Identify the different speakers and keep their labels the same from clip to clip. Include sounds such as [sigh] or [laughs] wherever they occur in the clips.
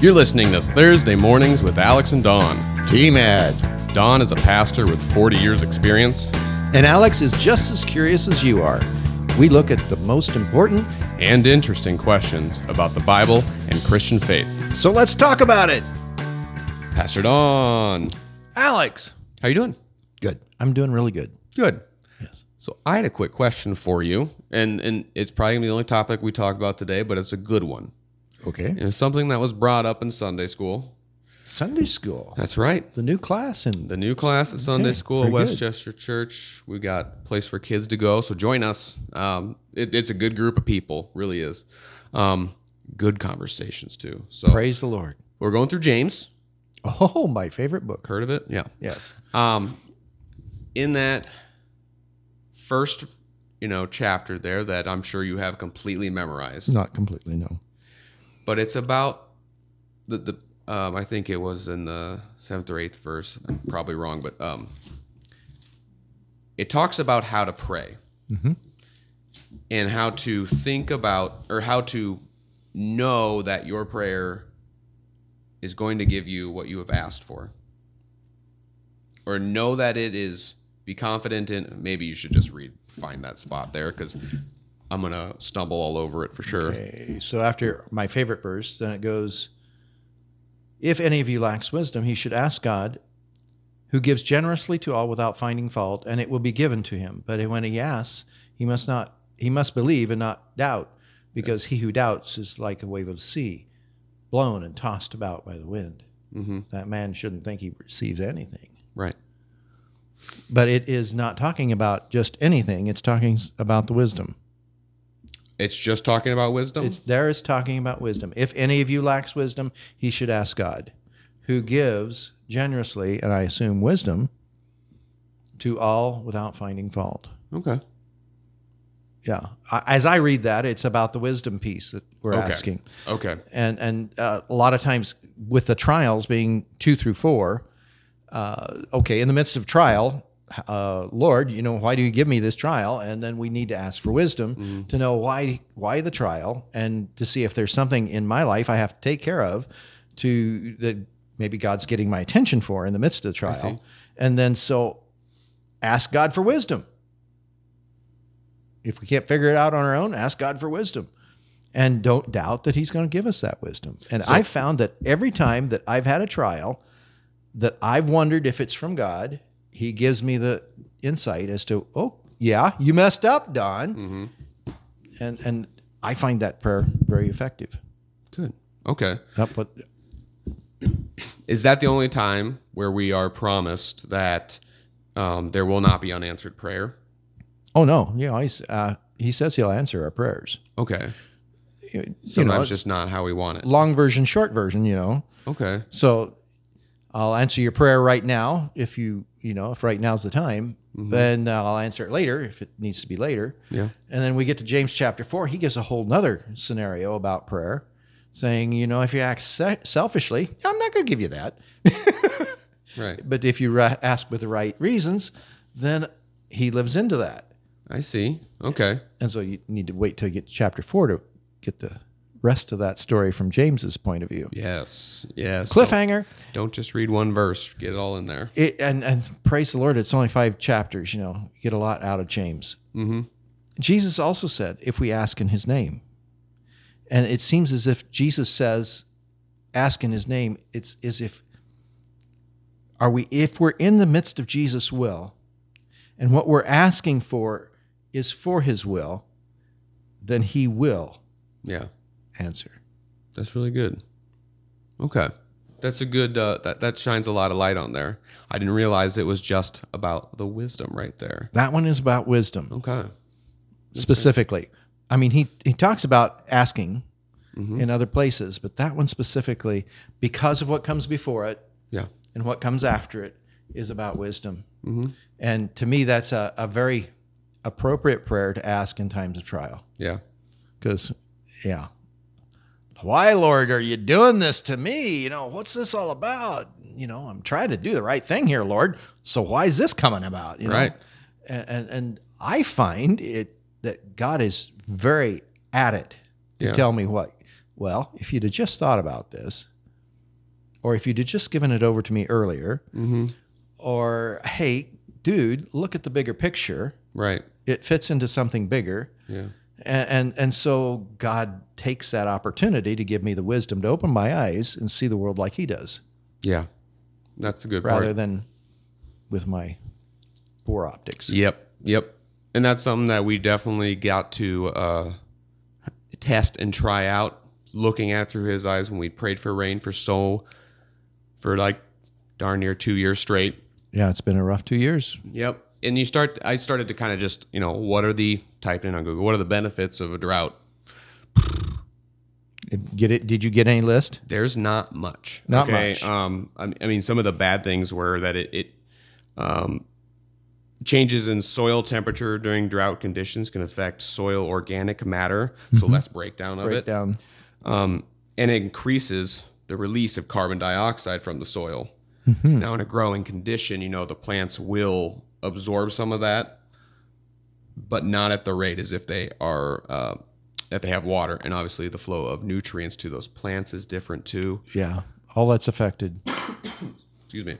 Speaker 1: You're listening to Thursday Mornings with Alex and Don.
Speaker 2: TMAD.
Speaker 1: Don is a pastor with 40 years' experience
Speaker 2: And Alex is just as curious as you are. We look at the most important,
Speaker 1: and interesting questions about the Bible and Christian faith.
Speaker 2: so let's talk about it.
Speaker 1: Pastor Don,
Speaker 3: Alex,
Speaker 1: how you doing?
Speaker 2: Good. I'm doing really good.
Speaker 1: Good. Yes. So I had a quick question for you, and and it's probably gonna be the only topic we talk about today, but it's a good one.
Speaker 2: Okay.
Speaker 1: And it's something that was brought up in Sunday school.
Speaker 2: Sunday school,
Speaker 1: That's right.
Speaker 2: the new class, and
Speaker 1: The new class at Sunday
Speaker 2: Okay,
Speaker 1: school at
Speaker 2: very good.
Speaker 1: Westchester Church. We've got a place for kids to go, so join us. Um, it, it's a good group of people, really is. Um, good conversations too. So
Speaker 2: praise the Lord.
Speaker 1: we're going through James.
Speaker 2: Oh, my favorite book.
Speaker 1: Heard of it? Yeah.
Speaker 2: Yes.
Speaker 1: Um, in that first, you know, chapter there that I'm sure you have completely memorized,
Speaker 2: Not completely, no.
Speaker 1: but it's about the the. Um, I think it was in the seventh or eighth verse. I'm probably wrong, but um, it talks about how to pray
Speaker 2: Mhm.
Speaker 1: and how to think about or how to know that your prayer is going to give you what you have asked for or know that it is be confident in maybe you should just read find that spot there because i'm gonna stumble all over it for sure
Speaker 2: Okay, so after my favorite verse, then it goes, If any of you lacks wisdom, he should ask God, who gives generously to all without finding fault, and it will be given to him. But when he asks, he must not he must believe and not doubt, because he who doubts is like a wave of the sea, blown and tossed about by the wind.
Speaker 1: mm-hmm.
Speaker 2: That man shouldn't think he receives anything.
Speaker 1: right
Speaker 2: But it is not talking about just anything, it's talking s- about the wisdom.
Speaker 1: it's just talking about wisdom
Speaker 2: It's there is talking about wisdom. If any of you lacks wisdom, he should ask God, who gives generously, and I assume wisdom, to all without finding fault.
Speaker 1: okay
Speaker 2: Yeah. I- As I read that, it's about the wisdom piece that we're
Speaker 1: Okay.
Speaker 2: asking,
Speaker 1: okay
Speaker 2: and and uh, a lot of times with the trials being two through four, uh, okay, in the midst of trial. Uh, Lord, you know why do you give me this trial? And then we need to ask for wisdom
Speaker 1: Mhm.
Speaker 2: to know why why the trial and to see if there's something in my life I have to take care of to that maybe God's getting my attention for in the midst of the
Speaker 1: I see.
Speaker 2: trial. And then so ask God for wisdom. If we can't figure it out on our own, ask God for wisdom. And don't doubt that he's going to give us that wisdom. And
Speaker 1: So-
Speaker 2: I've found that every time that I've had a trial that I've wondered if it's from God, he gives me the insight as to, oh, yeah, you messed up, Don
Speaker 1: mm-hmm.
Speaker 2: and and I find that prayer very effective.
Speaker 1: good okay
Speaker 2: Up what
Speaker 1: is that the only time where we are promised that um, there will not be unanswered prayer
Speaker 2: oh no, yeah, he's uh, he says he'll answer our prayers.
Speaker 1: okay
Speaker 2: You- you
Speaker 1: sometimes
Speaker 2: know,
Speaker 1: just not how we want it
Speaker 2: long version, short version, you know.
Speaker 1: okay
Speaker 2: So I'll answer your prayer right now if you you know if right now's the time.
Speaker 1: Mhm.
Speaker 2: Then I'll answer it later if it needs to be later.
Speaker 1: yeah
Speaker 2: And then we get to James chapter four. He gives a whole nother scenario about prayer, saying, you know, if you act se- selfishly, I'm not going to give you that.
Speaker 1: right
Speaker 2: But if you ra- ask with the right reasons, then he lives into that.
Speaker 1: i see okay
Speaker 2: And so you need to wait till you get to chapter four to get the rest of that story from James's point of view.
Speaker 1: Yes. Yes. Don't,
Speaker 2: Cliffhanger.
Speaker 1: don't just read one verse. Get it all in there.
Speaker 2: It, and, and praise the Lord, it's only five chapters. You know, you get a lot out of James.
Speaker 1: Mm-hmm.
Speaker 2: Jesus also said, if we ask in his name. And it seems as if Jesus says, ask in his name. It's as if, are we, if we're in the midst of Jesus' will and what we're asking for is for his will, then he will
Speaker 1: Yeah.
Speaker 2: answer.
Speaker 1: That's really good. Okay. That's a good. Uh, that that shines a lot of light on there. I didn't realize it was just about the wisdom right there.
Speaker 2: That one is about wisdom
Speaker 1: Okay.
Speaker 2: specifically. I mean, he, he talks about asking
Speaker 1: Mm-hmm.
Speaker 2: in other places, but that one specifically, because of what comes before it
Speaker 1: Yeah.
Speaker 2: and what comes after it, is about wisdom.
Speaker 1: Mm-hmm.
Speaker 2: And to me, that's a, a very appropriate prayer to ask in times of trial.
Speaker 1: Yeah.
Speaker 2: Because, yeah. Why, Lord, are you doing this to me? You know, what's this all about? You know, I'm trying to do the right thing here, Lord. So why is this coming about? You know?
Speaker 1: Right.
Speaker 2: And, and and I find it that God is very at it to
Speaker 1: Yeah.
Speaker 2: tell me what. Well, if you'd have just thought about this, or if you'd have just given it over to me earlier,
Speaker 1: Mm-hmm.
Speaker 2: or hey, dude, look at the bigger picture.
Speaker 1: Right.
Speaker 2: It fits into something bigger.
Speaker 1: Yeah.
Speaker 2: And, and and so God takes that opportunity to give me the wisdom to open my eyes and see the world like He does,
Speaker 1: Yeah. That's the good
Speaker 2: rather
Speaker 1: part.
Speaker 2: than with my poor optics.
Speaker 1: Yep. Yep. And that's something that we definitely got to uh, test and try out, looking at it through his eyes when we prayed for rain for so, for like darn near two years straight.
Speaker 2: Yeah, it's been a rough two years.
Speaker 1: Yep. And you start, I started to kind of just, you know, what are the, typed in on Google, what are the benefits of a drought?
Speaker 2: Get it? Did you get any list?
Speaker 1: There's not much.
Speaker 2: Not much.
Speaker 1: Um, I I mean, some of the bad things were that it, it um, changes in soil temperature during drought conditions can affect soil organic matter, so less breakdown of it,
Speaker 2: Mm-hmm. Breakdown.
Speaker 1: um, and it increases the release of carbon dioxide from the soil.
Speaker 2: Mhm.
Speaker 1: Now, in a growing condition, you know the plants will absorb some of that, but not at the rate as if they are uh, if they have water. And obviously, the flow of nutrients to those plants is different too.
Speaker 2: Yeah, all that's affected.
Speaker 1: excuse me.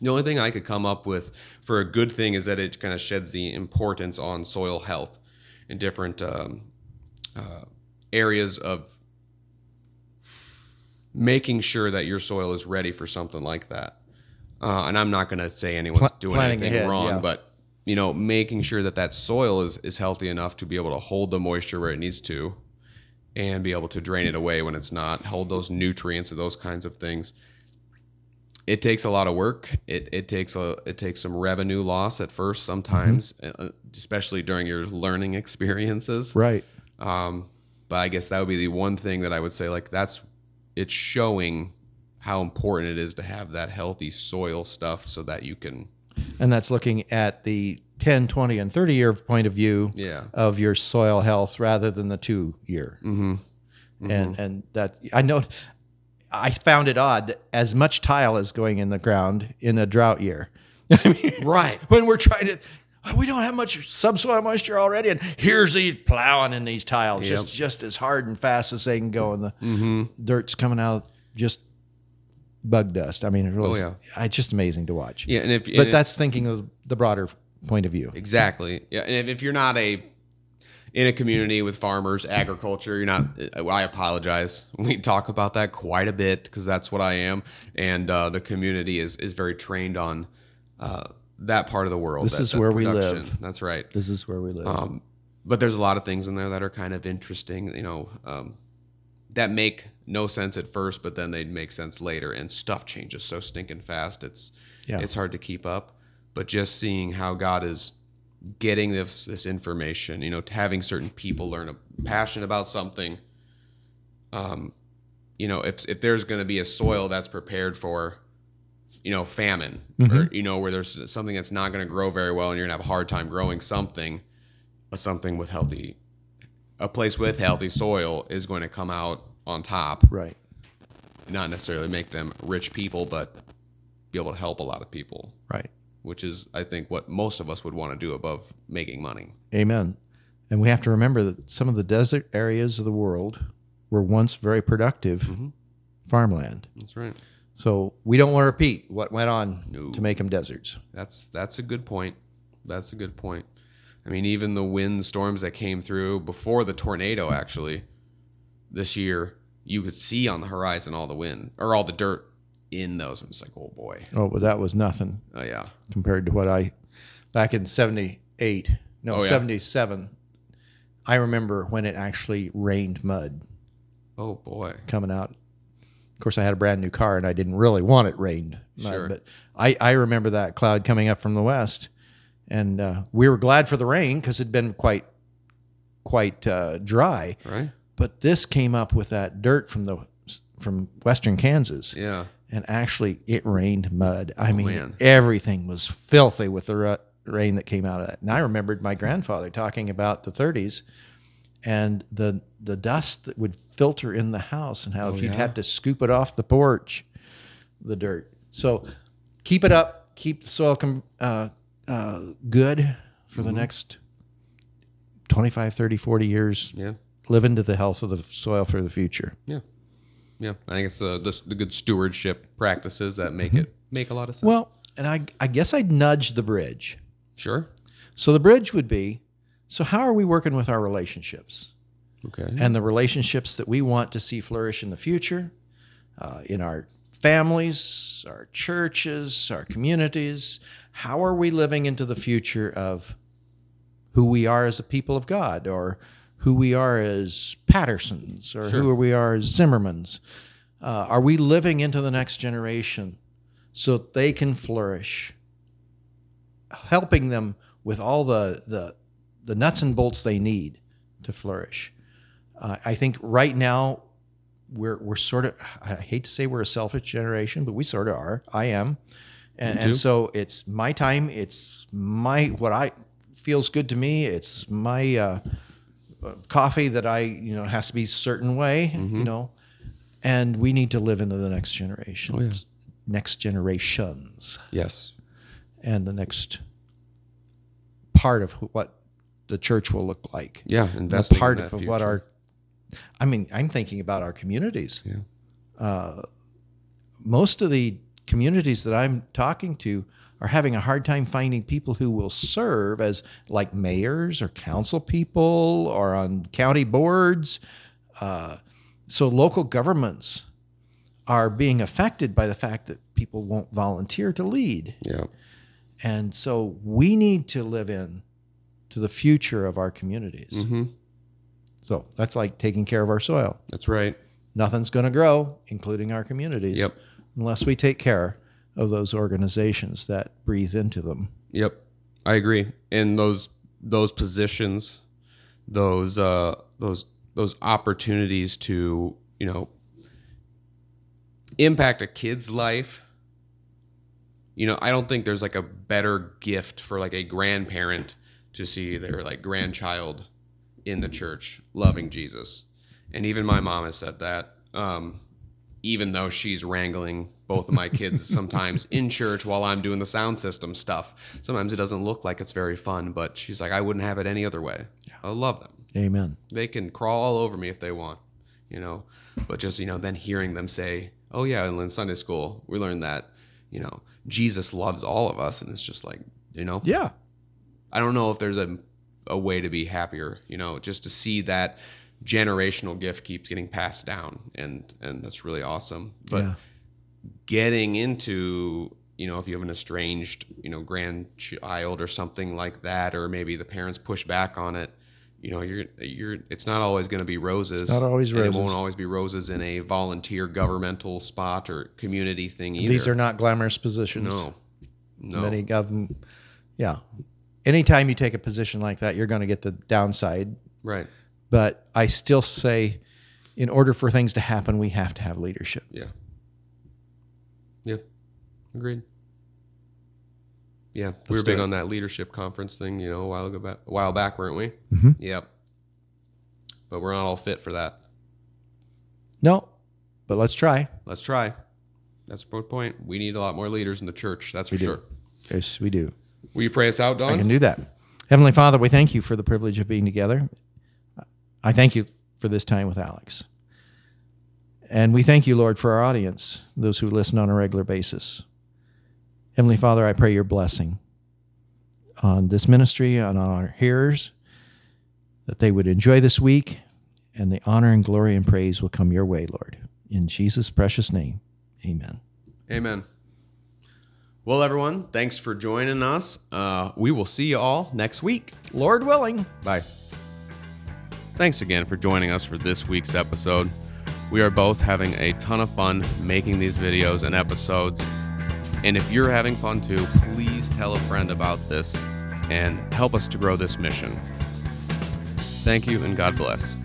Speaker 1: The only thing I could come up with for a good thing is that it kind of sheds the importance on soil health in different um, uh, areas of making sure that your soil is ready for something like that. Uh, and I'm not going to say anyone's
Speaker 2: Pla-
Speaker 1: doing
Speaker 2: planning
Speaker 1: anything
Speaker 2: ahead,
Speaker 1: wrong,
Speaker 2: yeah.
Speaker 1: but you know, making sure that that soil is is healthy enough to be able to hold the moisture where it needs to, and be able to drain it away when it's not, hold those nutrients and those kinds of things it takes a lot of work. It it takes a it takes some revenue loss at first sometimes,
Speaker 2: Mm-hmm.
Speaker 1: uh, especially during your learning experiences.
Speaker 2: Right.
Speaker 1: Um, but I guess that would be the one thing that I would say like that's it's showing how important it is to have that healthy soil stuff so that you can
Speaker 2: And that's looking at the 10, 20, and 30 year point of view
Speaker 1: yeah
Speaker 2: of your soil health rather than the two year.
Speaker 1: mm-hmm.
Speaker 2: And and that I know I found it odd that as much tile is going in the ground in a drought year. [laughs] I mean,
Speaker 1: right
Speaker 2: when we're trying to we don't have much subsoil moisture already, and here's these plowing in these tiles just just as hard and fast as they can go, and the
Speaker 1: mm-hmm.
Speaker 2: dirt's coming out just bug dust. I mean, it really,
Speaker 1: yeah.
Speaker 2: it's just amazing to watch.
Speaker 1: yeah and if and
Speaker 2: Oh, but
Speaker 1: if-
Speaker 2: that's thinking of the broader point of view.
Speaker 1: Exactly. Yeah, and if, if you're not a in a community with farmers, agriculture, you're not. uh, I apologize. [laughs] We talk about that quite a bit because that's what I am, and uh, the community is is very trained on uh, that part of the world.
Speaker 2: This
Speaker 1: that-
Speaker 2: is
Speaker 1: that
Speaker 2: where we
Speaker 1: production.
Speaker 2: live.
Speaker 1: That's right.
Speaker 2: This is where we live.
Speaker 1: Um, but there's a lot of things in there that are kind of interesting, you know, um, that make no sense at first, but then they make sense later. And stuff changes so stinking fast; it's
Speaker 2: Yeah.
Speaker 1: it's hard to keep up. But just seeing how God is getting this this information, you know, having certain people learn a passion about something, um, you know, if if there's going to be a soil that's prepared for you know famine or you know where there's something that's not going to grow very well and you're going to have a hard time growing something a something with healthy a place with healthy soil is going to come out on top
Speaker 2: right.
Speaker 1: not necessarily make them rich people but be able to help a lot of people
Speaker 2: Right.
Speaker 1: which is i think what most of us would want to do above making money
Speaker 2: Amen. And we have to remember that some of the desert areas of the world were once very productive
Speaker 1: Mhm.
Speaker 2: farmland.
Speaker 1: that's right
Speaker 2: So we don't want to repeat what went on
Speaker 1: No.
Speaker 2: to make them deserts.
Speaker 1: that's that's a good point that's a good point i mean even the wind storms that came through before the tornado actually this year you could see on the horizon all the wind or all the dirt in those and it's like oh boy
Speaker 2: Oh, but that was nothing
Speaker 1: oh yeah
Speaker 2: compared to what I back in 78, no,
Speaker 1: Oh, yeah.
Speaker 2: 77. I remember when it actually rained mud.
Speaker 1: oh boy
Speaker 2: coming out. Of course, I had a brand new car and I didn't really want it rained. mud,
Speaker 1: Sure.
Speaker 2: But I, I remember that cloud coming up from the west. And uh, we were glad for the rain because it had been quite, quite uh, dry.
Speaker 1: right
Speaker 2: But this came up with that dirt from the from western Kansas,
Speaker 1: yeah
Speaker 2: and actually it rained mud. I mean,
Speaker 1: Oh, man.
Speaker 2: everything was filthy with the ru- rain that came out of that. And I remembered my grandfather talking about the 30s and the the dust that would filter in the house and how
Speaker 1: Oh,
Speaker 2: if you'd
Speaker 1: yeah?
Speaker 2: have to scoop it off the porch, the dirt. So keep it up, keep the soil com- uh, uh, good for
Speaker 1: Mm-hmm.
Speaker 2: the next 25, 30, 40 years.
Speaker 1: yeah
Speaker 2: Live into the health of the soil for the future.
Speaker 1: Yeah, I think it's uh, the, the good stewardship practices that make it [laughs] make a lot of sense.
Speaker 2: Well, and I, I guess I'd nudge the bridge.
Speaker 1: sure.
Speaker 2: So the bridge would be so, how are we working with our relationships
Speaker 1: Okay.
Speaker 2: and the relationships that we want to see flourish in the future uh, in our families, our churches, our communities? How are we living into the future of who we are as a people of God or who we are as Pattersons or
Speaker 1: Sure.
Speaker 2: who we are as Zimmermans? Uh, are we living into the next generation so that they can flourish? helping them with all the the, the nuts and bolts they need to flourish. Uh, I think right now we're we're sort of I hate to say we're a selfish generation, but we sort of are. I am, and,
Speaker 1: Me too.
Speaker 2: and so it's my time. It's my what I feels good to me. It's my uh, uh, coffee that I you know has to be a certain way.
Speaker 1: Mm-hmm.
Speaker 2: You know. And we need to live into the next generation,
Speaker 1: Oh, yeah.
Speaker 2: next generations
Speaker 1: yes.
Speaker 2: and the next part of wh- what the church will look like.
Speaker 1: Yeah.
Speaker 2: That's
Speaker 1: Investing in
Speaker 2: part
Speaker 1: that
Speaker 2: of what
Speaker 1: future.
Speaker 2: our, I mean, I'm thinking about our communities.
Speaker 1: Yeah.
Speaker 2: Uh, most of the communities that I'm talking to are having a hard time finding people who will serve as like mayors or council people or on county boards. Uh, so local governments are being affected by the fact that people won't volunteer to lead.
Speaker 1: yeah.
Speaker 2: And so we need to live in to the future of our communities.
Speaker 1: hmm
Speaker 2: So that's like taking care of our soil.
Speaker 1: That's right.
Speaker 2: Nothing's going to grow, including our communities,
Speaker 1: Yep.
Speaker 2: unless we take care of those organizations that breathe into them.
Speaker 1: Yep, I agree. And those those positions, those uh, those those opportunities to you know impact a kid's life. You know, I don't think there's like a better gift for like a grandparent to see their like grandchild in the church loving Jesus. And even my mom has said that. Um, even though she's wrangling both of my kids sometimes in church while I'm doing the sound system stuff. Sometimes it doesn't look like it's very fun, but she's like, I wouldn't have it any other way. I love them.
Speaker 2: Amen.
Speaker 1: They can crawl all over me if they want, you know. But just, you know, then hearing them say, Oh yeah, and in Sunday school, we learned that, you know, Jesus loves all of us and it's just like, you know,
Speaker 2: Yeah.
Speaker 1: I don't know if there's a a way to be happier, you know, just to see that generational gift keeps getting passed down and and that's really awesome. But
Speaker 2: Yeah.
Speaker 1: getting into you know if you have an estranged you know grandchild or something like that or maybe the parents push back on it you know you're you're it's not always going to be roses
Speaker 2: It's not always
Speaker 1: and
Speaker 2: roses.
Speaker 1: it won't always be roses in a volunteer governmental spot or community thing either
Speaker 2: These are not glamorous positions.
Speaker 1: no no
Speaker 2: Many of them, yeah. Anytime you take a position like that, you're going to get the downside.
Speaker 1: right
Speaker 2: But I still say, in order for things to happen, we have to have leadership.
Speaker 1: Yeah. Yeah. Agreed. Yeah, we
Speaker 2: Let's
Speaker 1: were
Speaker 2: do
Speaker 1: big
Speaker 2: it.
Speaker 1: on that leadership conference thing, you know, a while ago back, a while back, weren't we?
Speaker 2: Mhm.
Speaker 1: Yep. But we're not all fit for that.
Speaker 2: No, but let's try.
Speaker 1: Let's try. That's a good point. We need a lot more leaders in the church. That's for
Speaker 2: do.
Speaker 1: sure.
Speaker 2: Yes, we do.
Speaker 1: Will you pray us out,
Speaker 2: I
Speaker 1: Don?
Speaker 2: can do that. Heavenly Father, we thank you for the privilege of being together. I thank you for this time with Alex. And we thank you, Lord, for our audience, those who listen on a regular basis. Heavenly Father, I pray your blessing on this ministry and on our hearers, that they would enjoy this week, and the honor and glory and praise will come your way, Lord. In Jesus' precious name, amen.
Speaker 1: Amen. Well, everyone, thanks for joining us. Uh, we will see you all next week.
Speaker 2: Lord willing.
Speaker 1: Bye. Thanks again for joining us for this week's episode. We are both having a ton of fun making these videos and episodes. And if you're having fun too, please tell a friend about this and help us to grow this mission. Thank you and God bless.